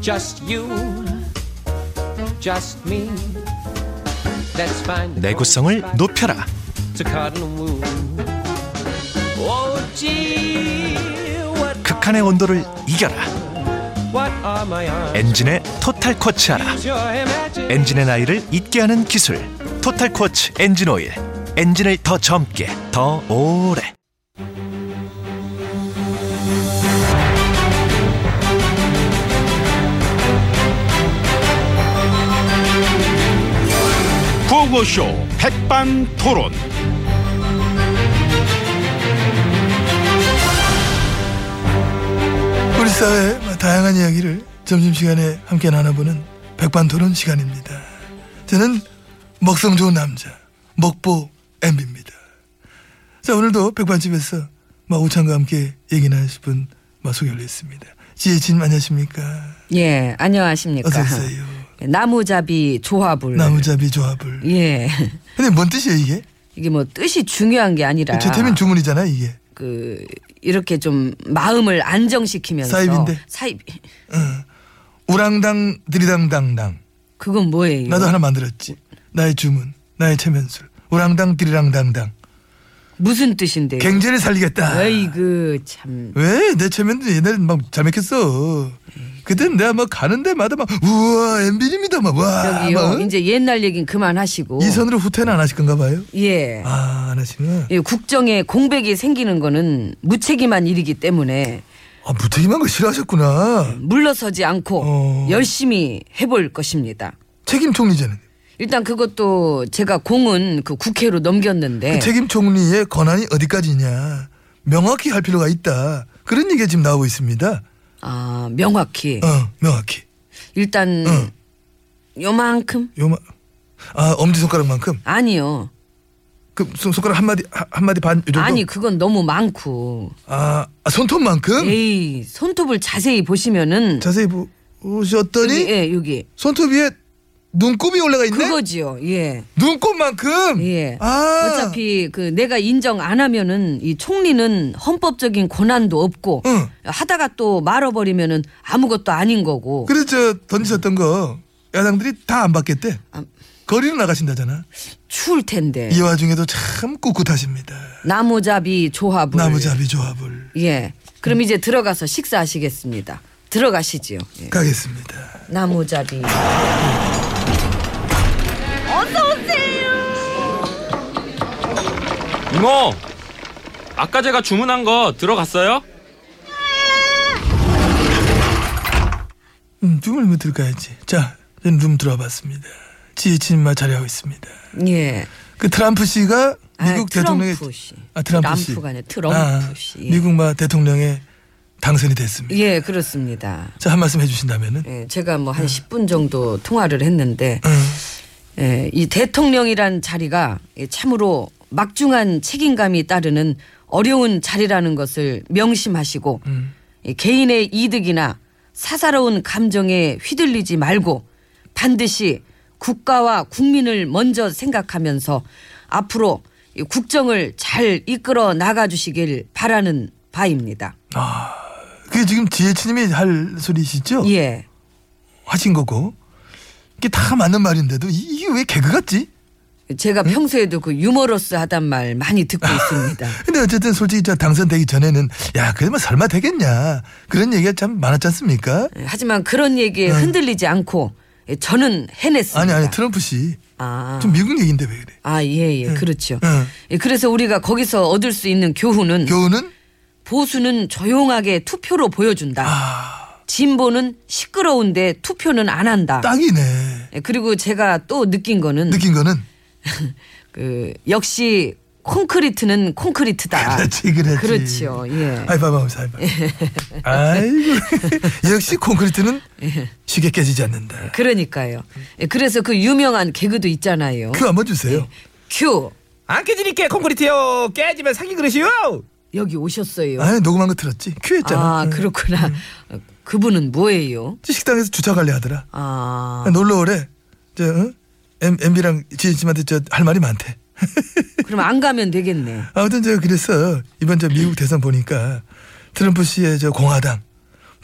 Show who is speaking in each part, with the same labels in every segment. Speaker 1: Just you, just me. Let's find the
Speaker 2: 내구성을
Speaker 1: cold spot
Speaker 2: 높여라.
Speaker 1: to cut and woo. Oh, gee, what,
Speaker 2: 극한의 온도를 이겨라.
Speaker 1: what are my arms?
Speaker 2: 엔진의 토탈 코치하라.
Speaker 1: Your imagination.
Speaker 2: 엔진의 나이를 잊게 하는 기술. 토탈 코치 엔진 오일. 엔진을 더 젊게, 더 오래.
Speaker 3: 구호쇼 백반토론.
Speaker 4: 우리 사회의 다양한 이야기를 점심시간에 함께 나눠보는 백반토론 시간입니다. 저는 먹성 좋은 남자 먹보 엠비입니다. 자 오늘도 백반집에서 마 오찬과 함께 얘기 나누실 분 마, 소개를 했습니다. 지혜진님 안녕하십니까?
Speaker 5: 예, 안녕하십니까.
Speaker 4: 어서 오세요.
Speaker 5: 예, 나무잡이 조합을.
Speaker 4: 나무잡이 조합을.
Speaker 5: 예.
Speaker 4: 근데 뭔 뜻이에요 이게?
Speaker 5: 이게 뭐 뜻이 중요한 게 아니라.
Speaker 4: 최태민 주문이잖아 이게.
Speaker 5: 그, 이렇게 좀 마음을 안정시키면서.
Speaker 4: 사입인데?
Speaker 5: 사입.
Speaker 4: 우랑당 드리당당당.
Speaker 5: 그건 뭐예요?
Speaker 4: 나도 하나 만들었지. 나의 주문, 나의 체면술. 우랑당 드리랑당당.
Speaker 5: 무슨 뜻인데요?
Speaker 4: 갱제를 살리겠다.
Speaker 5: 네. 아이고, 참.
Speaker 4: 왜? 내 체면도 옛날에 막잘 먹혔어. 그땐 내가 막 가는 데마다 막 우와 엠비입니다 막 와.
Speaker 5: 저기요.
Speaker 4: 막,
Speaker 5: 이제 옛날 얘긴 그만하시고.
Speaker 4: 아, 뭐, 이 선으로 후퇴는 안 하실 건가 봐요.
Speaker 5: 예.
Speaker 4: 아, 안 하시는.
Speaker 5: 예, 국정에 공백이 생기는 거는 무책임한 일이기 때문에
Speaker 4: 아, 무책임한 거 싫어하셨구나.
Speaker 5: 물러서지 않고
Speaker 4: 어.
Speaker 5: 열심히 해볼 것입니다.
Speaker 4: 책임 총리제는.
Speaker 5: 일단 그것도 제가 공은 그 국회로 넘겼는데
Speaker 4: 그 책임 총리의 권한이 어디까지냐. 명확히 할 필요가 있다. 그런 얘기가 지금 나오고 있습니다.
Speaker 5: 아 명확히
Speaker 4: 어, 명확히.
Speaker 5: 일단
Speaker 4: 응.
Speaker 5: 요만큼
Speaker 4: 요마 아, 엄지손가락만큼.
Speaker 5: 아니요
Speaker 4: 그 손- 손가락 한 마디 한- 한 마디 반요 정도.
Speaker 5: 아니 그건 너무 많고
Speaker 4: 아, 아, 손톱만큼?
Speaker 5: 네. 에이 손톱을 자세히 보시면은
Speaker 4: 자세히 보- 보셨더니
Speaker 5: 여기, 예 여기
Speaker 4: 손톱 위에 눈곱이 올라가 있네.
Speaker 5: 그거지요 예
Speaker 4: 눈곱만큼.
Speaker 5: 예.
Speaker 4: 아.
Speaker 5: 어차피 그 내가 인정 안 하면은 이 총리는 헌법적인 권한도 없고
Speaker 4: 응.
Speaker 5: 하다가 또 말아버리면은 아무것도 아닌 거고
Speaker 4: 그래서 저 던지셨던 거 야당들이 다 안 받겠대.
Speaker 5: 아. 예.
Speaker 4: 거리로 나가신다잖아.
Speaker 5: 추울 텐데
Speaker 4: 이 와중에도 참 꿋꿋하십니다.
Speaker 5: 나무잡이 조합을
Speaker 4: 나무잡이 조합을
Speaker 5: 예. 그럼 이제 들어가서 식사하시겠습니다. 들어가시지요. 예.
Speaker 4: 가겠습니다.
Speaker 5: 나무잡이.
Speaker 6: 이모, 아까 제가 주문한 거 들어갔어요?
Speaker 4: 음, 줌을 못 들어가야지. 자, 저는 룸 들어봤습니다. 지혜진마 자리하고 있습니다.
Speaker 5: 예.
Speaker 4: 그 트럼프 씨가
Speaker 5: 아,
Speaker 4: 미국
Speaker 5: 트럼프
Speaker 4: 대통령의
Speaker 5: 씨.
Speaker 4: 아 트럼프 씨.
Speaker 5: 트럼프가 아니라 트럼프
Speaker 4: 아,
Speaker 5: 씨. 예.
Speaker 4: 미국 마 대통령에 당선이 됐습니다.
Speaker 5: 예, 그렇습니다.
Speaker 4: 자, 한 말씀 해 주신다면은
Speaker 5: 예, 제가 뭐 한 10분 정도 통화를 했는데
Speaker 4: 음.
Speaker 5: 예, 이 대통령이란 자리가 예, 참으로 막중한 책임감이 따르는 어려운 자리라는 것을 명심하시고 이 개인의 이득이나 사사로운 감정에 휘둘리지 말고 반드시 국가와 국민을 먼저 생각하면서 앞으로 이 국정을 잘 이끌어 나가주시길 바라는 바입니다.
Speaker 4: 그게 지금 지혜치님이 할 소리시죠?
Speaker 5: 예.
Speaker 4: 하신 거고 이게 다 맞는 말인데도 이- 이게 왜 개그 같지?
Speaker 5: 제가
Speaker 4: 음?
Speaker 5: 평소에도 그 유머러스 하단 말 많이 듣고
Speaker 4: 아.
Speaker 5: 있습니다.
Speaker 4: 근데 어쨌든 솔직히 저 당선되기 전에는 야 그러면 설마 되겠냐 그런 얘기가 참 많았지 않습니까?
Speaker 5: 예, 하지만 그런 얘기에 흔들리지 않고 예, 저는 해냈습니다.
Speaker 4: 네. 아니 아니 트럼프 씨 좀 네.
Speaker 5: 아.
Speaker 4: 미국 얘기인데 왜 그래?
Speaker 5: 아, 예, 예, 그렇죠.
Speaker 4: 응.
Speaker 5: 예, 그래서 우리가 거기서 얻을 수 있는 교훈은
Speaker 4: 교훈은
Speaker 5: 보수는 조용하게 투표로 보여준다. 진보는 시끄러운데 투표는 안 한다.
Speaker 4: 아. 딱이네
Speaker 5: 예, 그리고 제가 또 느낀 거는
Speaker 4: 느낀 거는
Speaker 5: 그 역시 콘크리트는 콘크리트다.
Speaker 4: 그렇지 그렇지
Speaker 5: 그렇죠. 예.
Speaker 4: 하이파이브 하면서 하이파이브 아이고 역시 콘크리트는
Speaker 5: 예.
Speaker 4: 쉽게 깨지지 않는다
Speaker 5: 그러니까요. 예, 그래서 그 유명한 개그도 있잖아요.
Speaker 4: 큐 한번 주세요
Speaker 5: 큐.
Speaker 7: 안 깨지니까 콘크리트요 깨지면 사기 그릇이요
Speaker 5: 여기 오셨어요.
Speaker 4: 아니 음. 녹음한 거 들었지 큐 했잖아
Speaker 5: 예.
Speaker 4: 예.
Speaker 5: 아, 그렇구나. 그분은 뭐예요?
Speaker 4: 식당에서 주차 관리하더라
Speaker 5: 아,
Speaker 4: 아, 놀러 오래. 저 응? 엠, MB랑 지혜씨한테 저 할 말이 많대.
Speaker 5: 그럼 안 가면 되겠네.
Speaker 4: 아무튼 저 그래서 이번 저 미국 대선 보니까 트럼프 씨의 저 공화당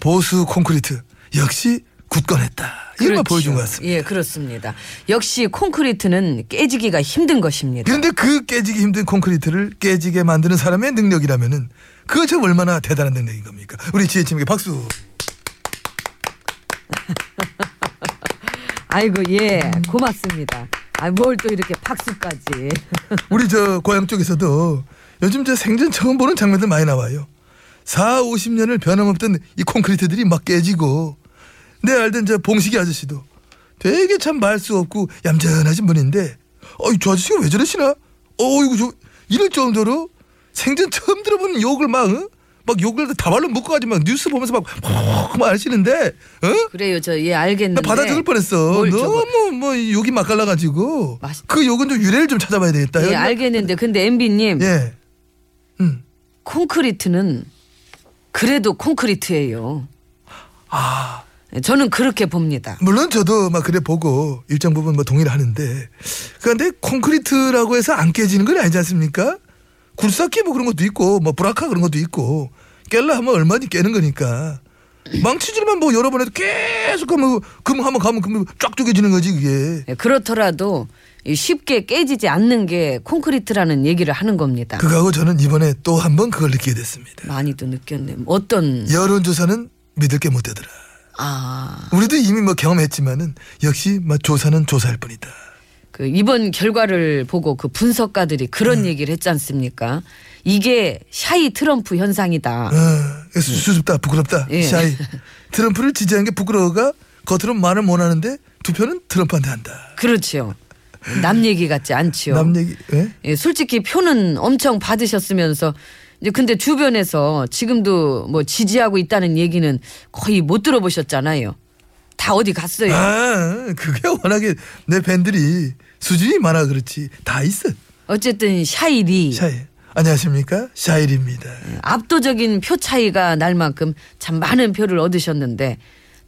Speaker 4: 보수 콘크리트 역시 굳건했다. 이걸 걸
Speaker 5: 그렇죠.
Speaker 4: 보여준 것 같습니다.
Speaker 5: 예, 그렇습니다. 역시 콘크리트는 깨지기가 힘든 것입니다.
Speaker 4: 그런데 그 깨지기 힘든 콘크리트를 깨지게 만드는 사람의 능력이라면은 그거 참 얼마나 대단한 능력인 겁니까? 우리 지혜팀에게 박수.
Speaker 5: 아이고 예, 고맙습니다. 아, 뭘 또 이렇게 박수까지.
Speaker 4: 우리 저 고향 쪽에서도 요즘 저 생전 처음 보는 장면들 많이 나와요. 4, 50년을 변함없던 이 콘크리트들이 막 깨지고 내 알던 저 봉식이 아저씨도 되게 참 말 수 없고 얌전하신 분인데 어이 저 아저씨가 왜 저러시나? 어이구 저 이럴 정도로 생전 처음 들어보는 욕을 막 응? 막 욕을 다발로 묶어가지고 막 뉴스 보면서 막막 하시는데 어?
Speaker 5: 그래요, 저 예 알겠는데.
Speaker 4: 나 받아 적을 뻔했어.
Speaker 5: 뭘 저거-
Speaker 4: 너무 뭐 욕이 막 갈라가지고
Speaker 5: 맛있-
Speaker 4: 그 욕은 좀 유래를 좀 찾아봐야 되겠다.
Speaker 5: 예, 알겠는데 근데 MB님
Speaker 4: 예. 음.
Speaker 5: 콘크리트는 그래도 콘크리트예요. 아, 저는 그렇게 봅니다.
Speaker 4: 물론 저도 막 그래 보고 일정 부분 뭐 동의를 하는데 그런데 콘크리트라고 해서 안 깨지는 건 아니지 않습니까? 굴삭기 뭐 그런 것도 있고 뭐 브라카 그런 것도 있고 깰라 하면 얼마든지 깨는 거니까 망치질만 뭐 여러 번 해도 계속 하면 금 한번 가면 금쫙 쪼개지는 거지 그게
Speaker 5: 예, 그렇더라도 이 쉽게 깨지지 않는 게 콘크리트라는 얘기를 하는 겁니다.
Speaker 4: 그거하고 저는 이번에 또 한 번 그걸 느끼게 됐습니다
Speaker 5: 많이도 느꼈네. 어떤
Speaker 4: 여론조사는 믿을 게 못 되더라
Speaker 5: 아,
Speaker 4: 우리도 이미 뭐 경험했지만은 역시 뭐 조사는 조사일 뿐이다
Speaker 5: 그 이번 결과를 보고 그 분석가들이 그런
Speaker 4: 네.
Speaker 5: 얘기를 했지 않습니까? 이게 샤이 트럼프 현상이다.
Speaker 4: 아, 그래서 수줍다 부끄럽다
Speaker 5: 예.
Speaker 4: 샤이 트럼프를 지지한 게 부끄러워가 겉으로 말을 못 하는데 투표는 트럼프한테 한다
Speaker 5: 그렇죠. 남 얘기 같지 않지요.
Speaker 4: 남 얘기 예?
Speaker 5: 예, 솔직히 표는 엄청 받으셨으면서 이제 근데 주변에서 지금도 뭐 지지하고 있다는 얘기는 거의 못 들어보셨잖아요. 다 어디 갔어요.
Speaker 4: 아 그게 워낙에 내 팬들이 수준이 많아 그렇지 다 있어
Speaker 5: 어쨌든 샤이리
Speaker 4: 샤이 안녕하십니까 샤일입니다
Speaker 5: 예. 압도적인 표 차이가 날 만큼 참 많은 표를 얻으셨는데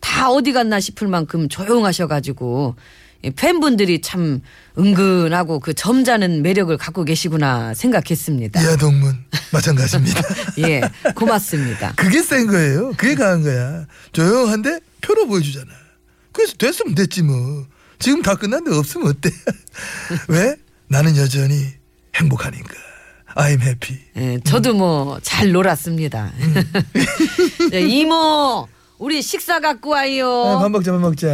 Speaker 5: 다 어디 갔나 싶을 만큼 조용하셔가지고 이 팬분들이 참 은근하고 그 점잖은 매력을 갖고 계시구나 생각했습니다.
Speaker 4: 이하 동문 마찬가지입니다
Speaker 5: 예, 고맙습니다.
Speaker 4: 그게 센 거예요 그게 강한 거야 조용한데 표로 보여주잖아 그래서 됐으면 됐지 뭐 지금 다 끝났는데 없으면 어때 왜 나는 여전히 행복하니까 I'm happy
Speaker 5: 예, 저도 뭐 잘 놀았습니다. 예, 이모, 우리 식사 갖고
Speaker 4: 아, 밥
Speaker 5: 와요.
Speaker 4: 먹자 밥 먹자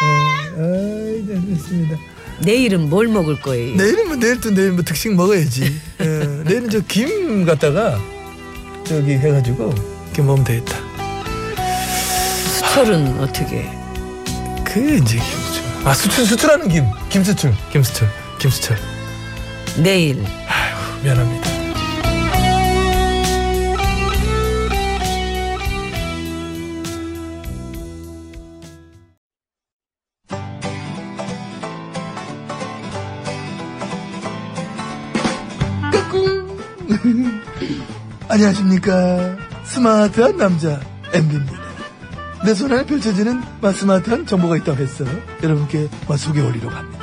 Speaker 4: 어, 아이 네, 좋습니다
Speaker 5: 내일은 뭘 먹을 거예요?
Speaker 4: 내일은 뭐 내일 또 내일 뭐 특식 먹어야지 예, 내일은 저 김 갖다가 저기 해가지고 이렇게 먹으면 되겠다
Speaker 5: 수철은 어떻게?
Speaker 4: 그게 이제 김수철 아 수출 수출하는 김 김수출 김수철 김수철
Speaker 5: 내일.
Speaker 4: 미안합니다 안녕하십니까 스마트한 남자 MB입니다 내 손안에 펼쳐지는 마 스마트한 정보가 있다고 해서 여러분께 마 소개해올리려고 합니다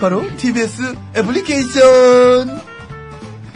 Speaker 4: 바로 TBS 애플리케이션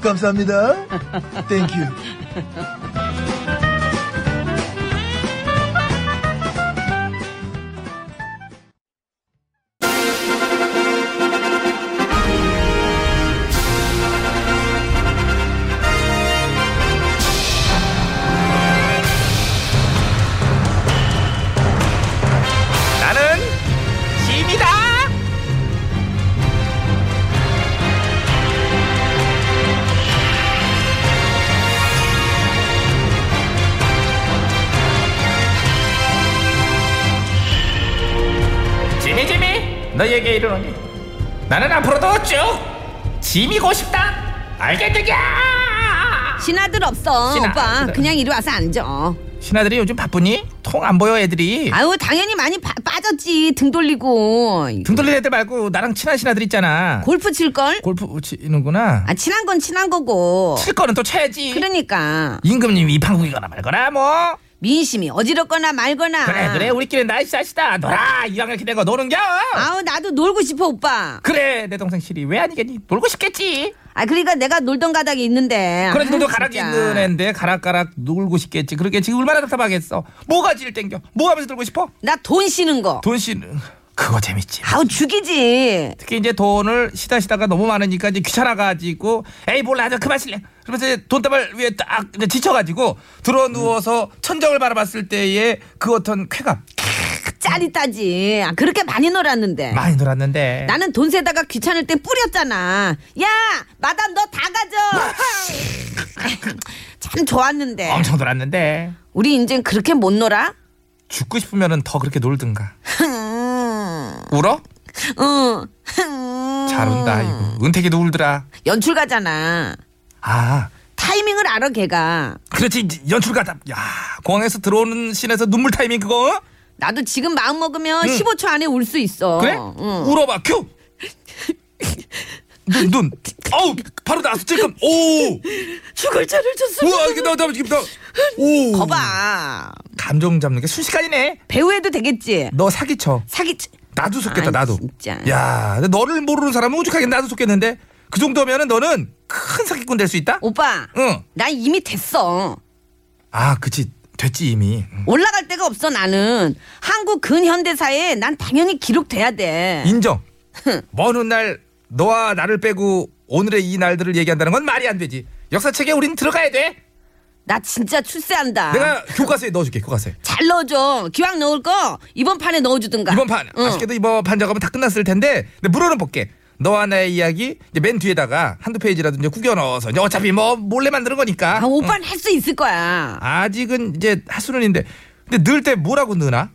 Speaker 4: 감사합니다. 땡큐.
Speaker 7: 나는 짐이다.
Speaker 8: 지미 지미 너에게 이르노니 나는 앞으로도 쭉 지미고 싶다 알겠느냐
Speaker 5: 신하들 없어
Speaker 8: 신하들.
Speaker 5: 오빠 그냥 이리 와서 앉아
Speaker 8: 신하들이 요즘 바쁘니? 통 안 보여 애들이.
Speaker 5: 아유 당연히 많이 빠- 빠졌지 등 돌리고
Speaker 8: 등 돌릴 애들 말고 나랑 친한 신하들 있잖아.
Speaker 5: 골프 칠걸?
Speaker 8: 골프 치는구나.
Speaker 5: 아 친한 건 친한 거고
Speaker 8: 칠 거는 또 쳐야지.
Speaker 5: 그러니까
Speaker 8: 임금님 이방국이거나 말거나 뭐.
Speaker 5: 민심이 어지럽거나 말거나
Speaker 8: 그래 그래 우리끼리 날씨하시다 놀아 이왕 이렇게 된 거 노는겨.
Speaker 5: 아. 아우 나도 놀고 싶어 오빠
Speaker 8: 그래 내 동생 실이 왜 아니겠니? 놀고 싶겠지.
Speaker 5: 아 그러니까 내가 놀던 가닥이 있는데
Speaker 8: 그래도 너도
Speaker 5: 아유,
Speaker 8: 가락이
Speaker 5: 진짜.
Speaker 8: 있는 앤데 가락가락 놀고 싶겠지. 그렇게 지금 얼마나 답답하겠어. 뭐가 제일 땡겨? 뭐 하면서 놀고 싶어?
Speaker 5: 나 돈 쉬는 거
Speaker 8: 돈 씨는 그거 재밌지.
Speaker 5: 아우 죽이지
Speaker 8: 특히 이제 돈을 시다 시다가 너무 많으니까 이제 귀찮아가지고 에이 몰라 저 그만 실래 그러면서 이제 돈다발 위에 딱 이제 지쳐가지고 들어 누워서 천정을 바라봤을 때의 그 어떤 쾌감
Speaker 5: 그 짜릿하지 아, 그렇게 많이 놀았는데
Speaker 8: 많이 놀았는데
Speaker 5: 나는 돈 세다가 귀찮을 때 뿌렸잖아 야 마담 너 다 가져 참 좋았는데
Speaker 8: 엄청 놀았는데
Speaker 5: 우리 인젠 그렇게 못 놀아?
Speaker 8: 죽고 싶으면은 더 그렇게 놀든가 울어?
Speaker 5: 응
Speaker 8: 잘 운다
Speaker 5: 음.
Speaker 8: 이거 은택이도 울더라
Speaker 5: 연출 가잖아
Speaker 8: 아
Speaker 5: 타이밍을 알아 걔가
Speaker 8: 그렇지 이제 연출가다 야 공항에서 들어오는 씬에서 눈물 타이밍 그거 어?
Speaker 5: 나도 지금 마음 먹으면 15초 안에 울 수 있어
Speaker 8: 그래?
Speaker 5: 응.
Speaker 8: 울어봐 큐. 눈 눈. 어우 바로 나왔어 지금. 오.
Speaker 5: 죽을 자를 줬어
Speaker 8: 우와 이게 나나 지금 나. 오.
Speaker 5: 거봐
Speaker 8: 감정 잡는 게 순식간이네.
Speaker 5: 배우해도 되겠지
Speaker 8: 너 사기쳐.
Speaker 5: 사기 치-
Speaker 8: 나도 속겠다
Speaker 5: 아,
Speaker 8: 나도.
Speaker 5: 진짜.
Speaker 8: 야 근데 너를 모르는 사람은 오죽하게 나도 속겠는데 그 정도면은 너는 큰 사기꾼 될 수 있다.
Speaker 5: 오빠
Speaker 8: 응.
Speaker 5: 난 이미 됐어
Speaker 8: 아 그치 됐지 이미. 응.
Speaker 5: 올라갈 데가 없어 나는 한국 근현대사에 난 당연히 기록돼야 돼
Speaker 8: 인정. 먼 훗날 너와 나를 빼고 오늘의 이 날들을 얘기한다는 건 말이 안 되지. 역사책에 우린 들어가야 돼.
Speaker 5: 나 진짜 출세한다
Speaker 8: 내가 교과서에 넣어줄게 교과서에.
Speaker 5: 잘 넣어줘 기왕 넣을 거 이번 판에 넣어주든가
Speaker 8: 이번 판
Speaker 5: 응.
Speaker 8: 아쉽게도 이번 판 작업은 다 끝났을 텐데 근데 물어는 볼게 너와 나의 이야기 이제 맨 뒤에다가 한두 페이지라도 이제 구겨 넣어서 이제 어차피 뭐 몰래 만드는 거니까
Speaker 5: 아, 오빠는 할 수 있을 거야
Speaker 8: 아직은 이제 할 수는 있는데 근데 넣을 때 뭐라고 넣나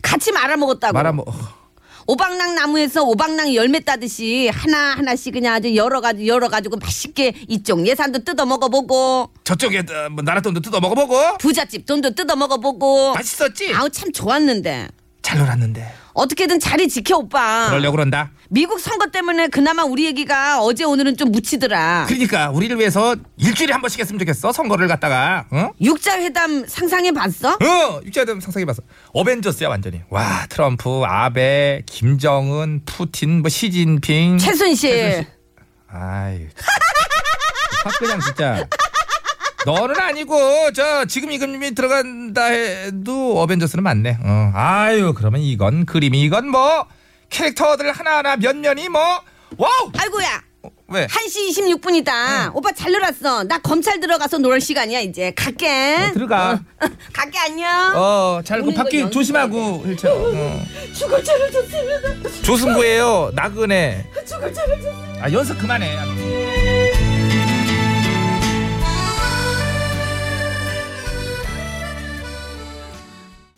Speaker 5: 같이 말아먹었다고
Speaker 8: 말아 뭐
Speaker 5: 오방랑 나무에서 오방랑 열매 따듯이 하나 하나씩 그냥 아주 열어가지고 열어가지고 맛있게 이쪽 예산도 뜯어 먹어보고
Speaker 8: 저쪽에 어, 뭐 나랏돈도 뜯어 먹어보고
Speaker 5: 부잣집 돈도 뜯어 먹어보고
Speaker 8: 맛있었지
Speaker 5: 아우 참 좋았는데
Speaker 8: 잘 놀았는데
Speaker 5: 어떻게든 자리 지켜 오빠
Speaker 8: 그러려고 그런다
Speaker 5: 미국 선거 때문에 그나마 우리 얘기가 어제 오늘은 좀 묻히더라
Speaker 8: 그러니까 우리를 위해서 일주일에 한 번씩 했으면 좋겠어 선거를 갖다가 응?
Speaker 5: 육자회담 상상해봤어?
Speaker 8: 어, 육자회담 상상해봤어. 어벤져스야 완전히. 와, 트럼프, 아베, 김정은, 푸틴, 뭐 시진핑.
Speaker 5: 최순실
Speaker 8: 아이. 확 그냥 진짜. 너는 아니고 저 지금 이금님이 들어간다 해도 어벤져스는 맞네. 어. 아유 그러면 이건 그림이 이건 뭐 캐릭터들 하나하나 면면이 뭐 와우
Speaker 5: 아이고야
Speaker 8: 어, 왜
Speaker 5: 1시 26분이다 오빠 잘 놀았어 나 검찰 들어가서 놀 시간이야 이제 갈게
Speaker 8: 어, 들어가.
Speaker 5: 어, 갈게 안녕
Speaker 8: 어잘그
Speaker 5: 오는 거
Speaker 8: 바퀴
Speaker 5: 연습해야
Speaker 8: 조심하고 휠체어. 어.
Speaker 5: 죽을 죄를 졌습니다
Speaker 8: 조승구예요 나그네.
Speaker 5: 죽을 죄를 졌습니다
Speaker 8: 아 연습 그만해.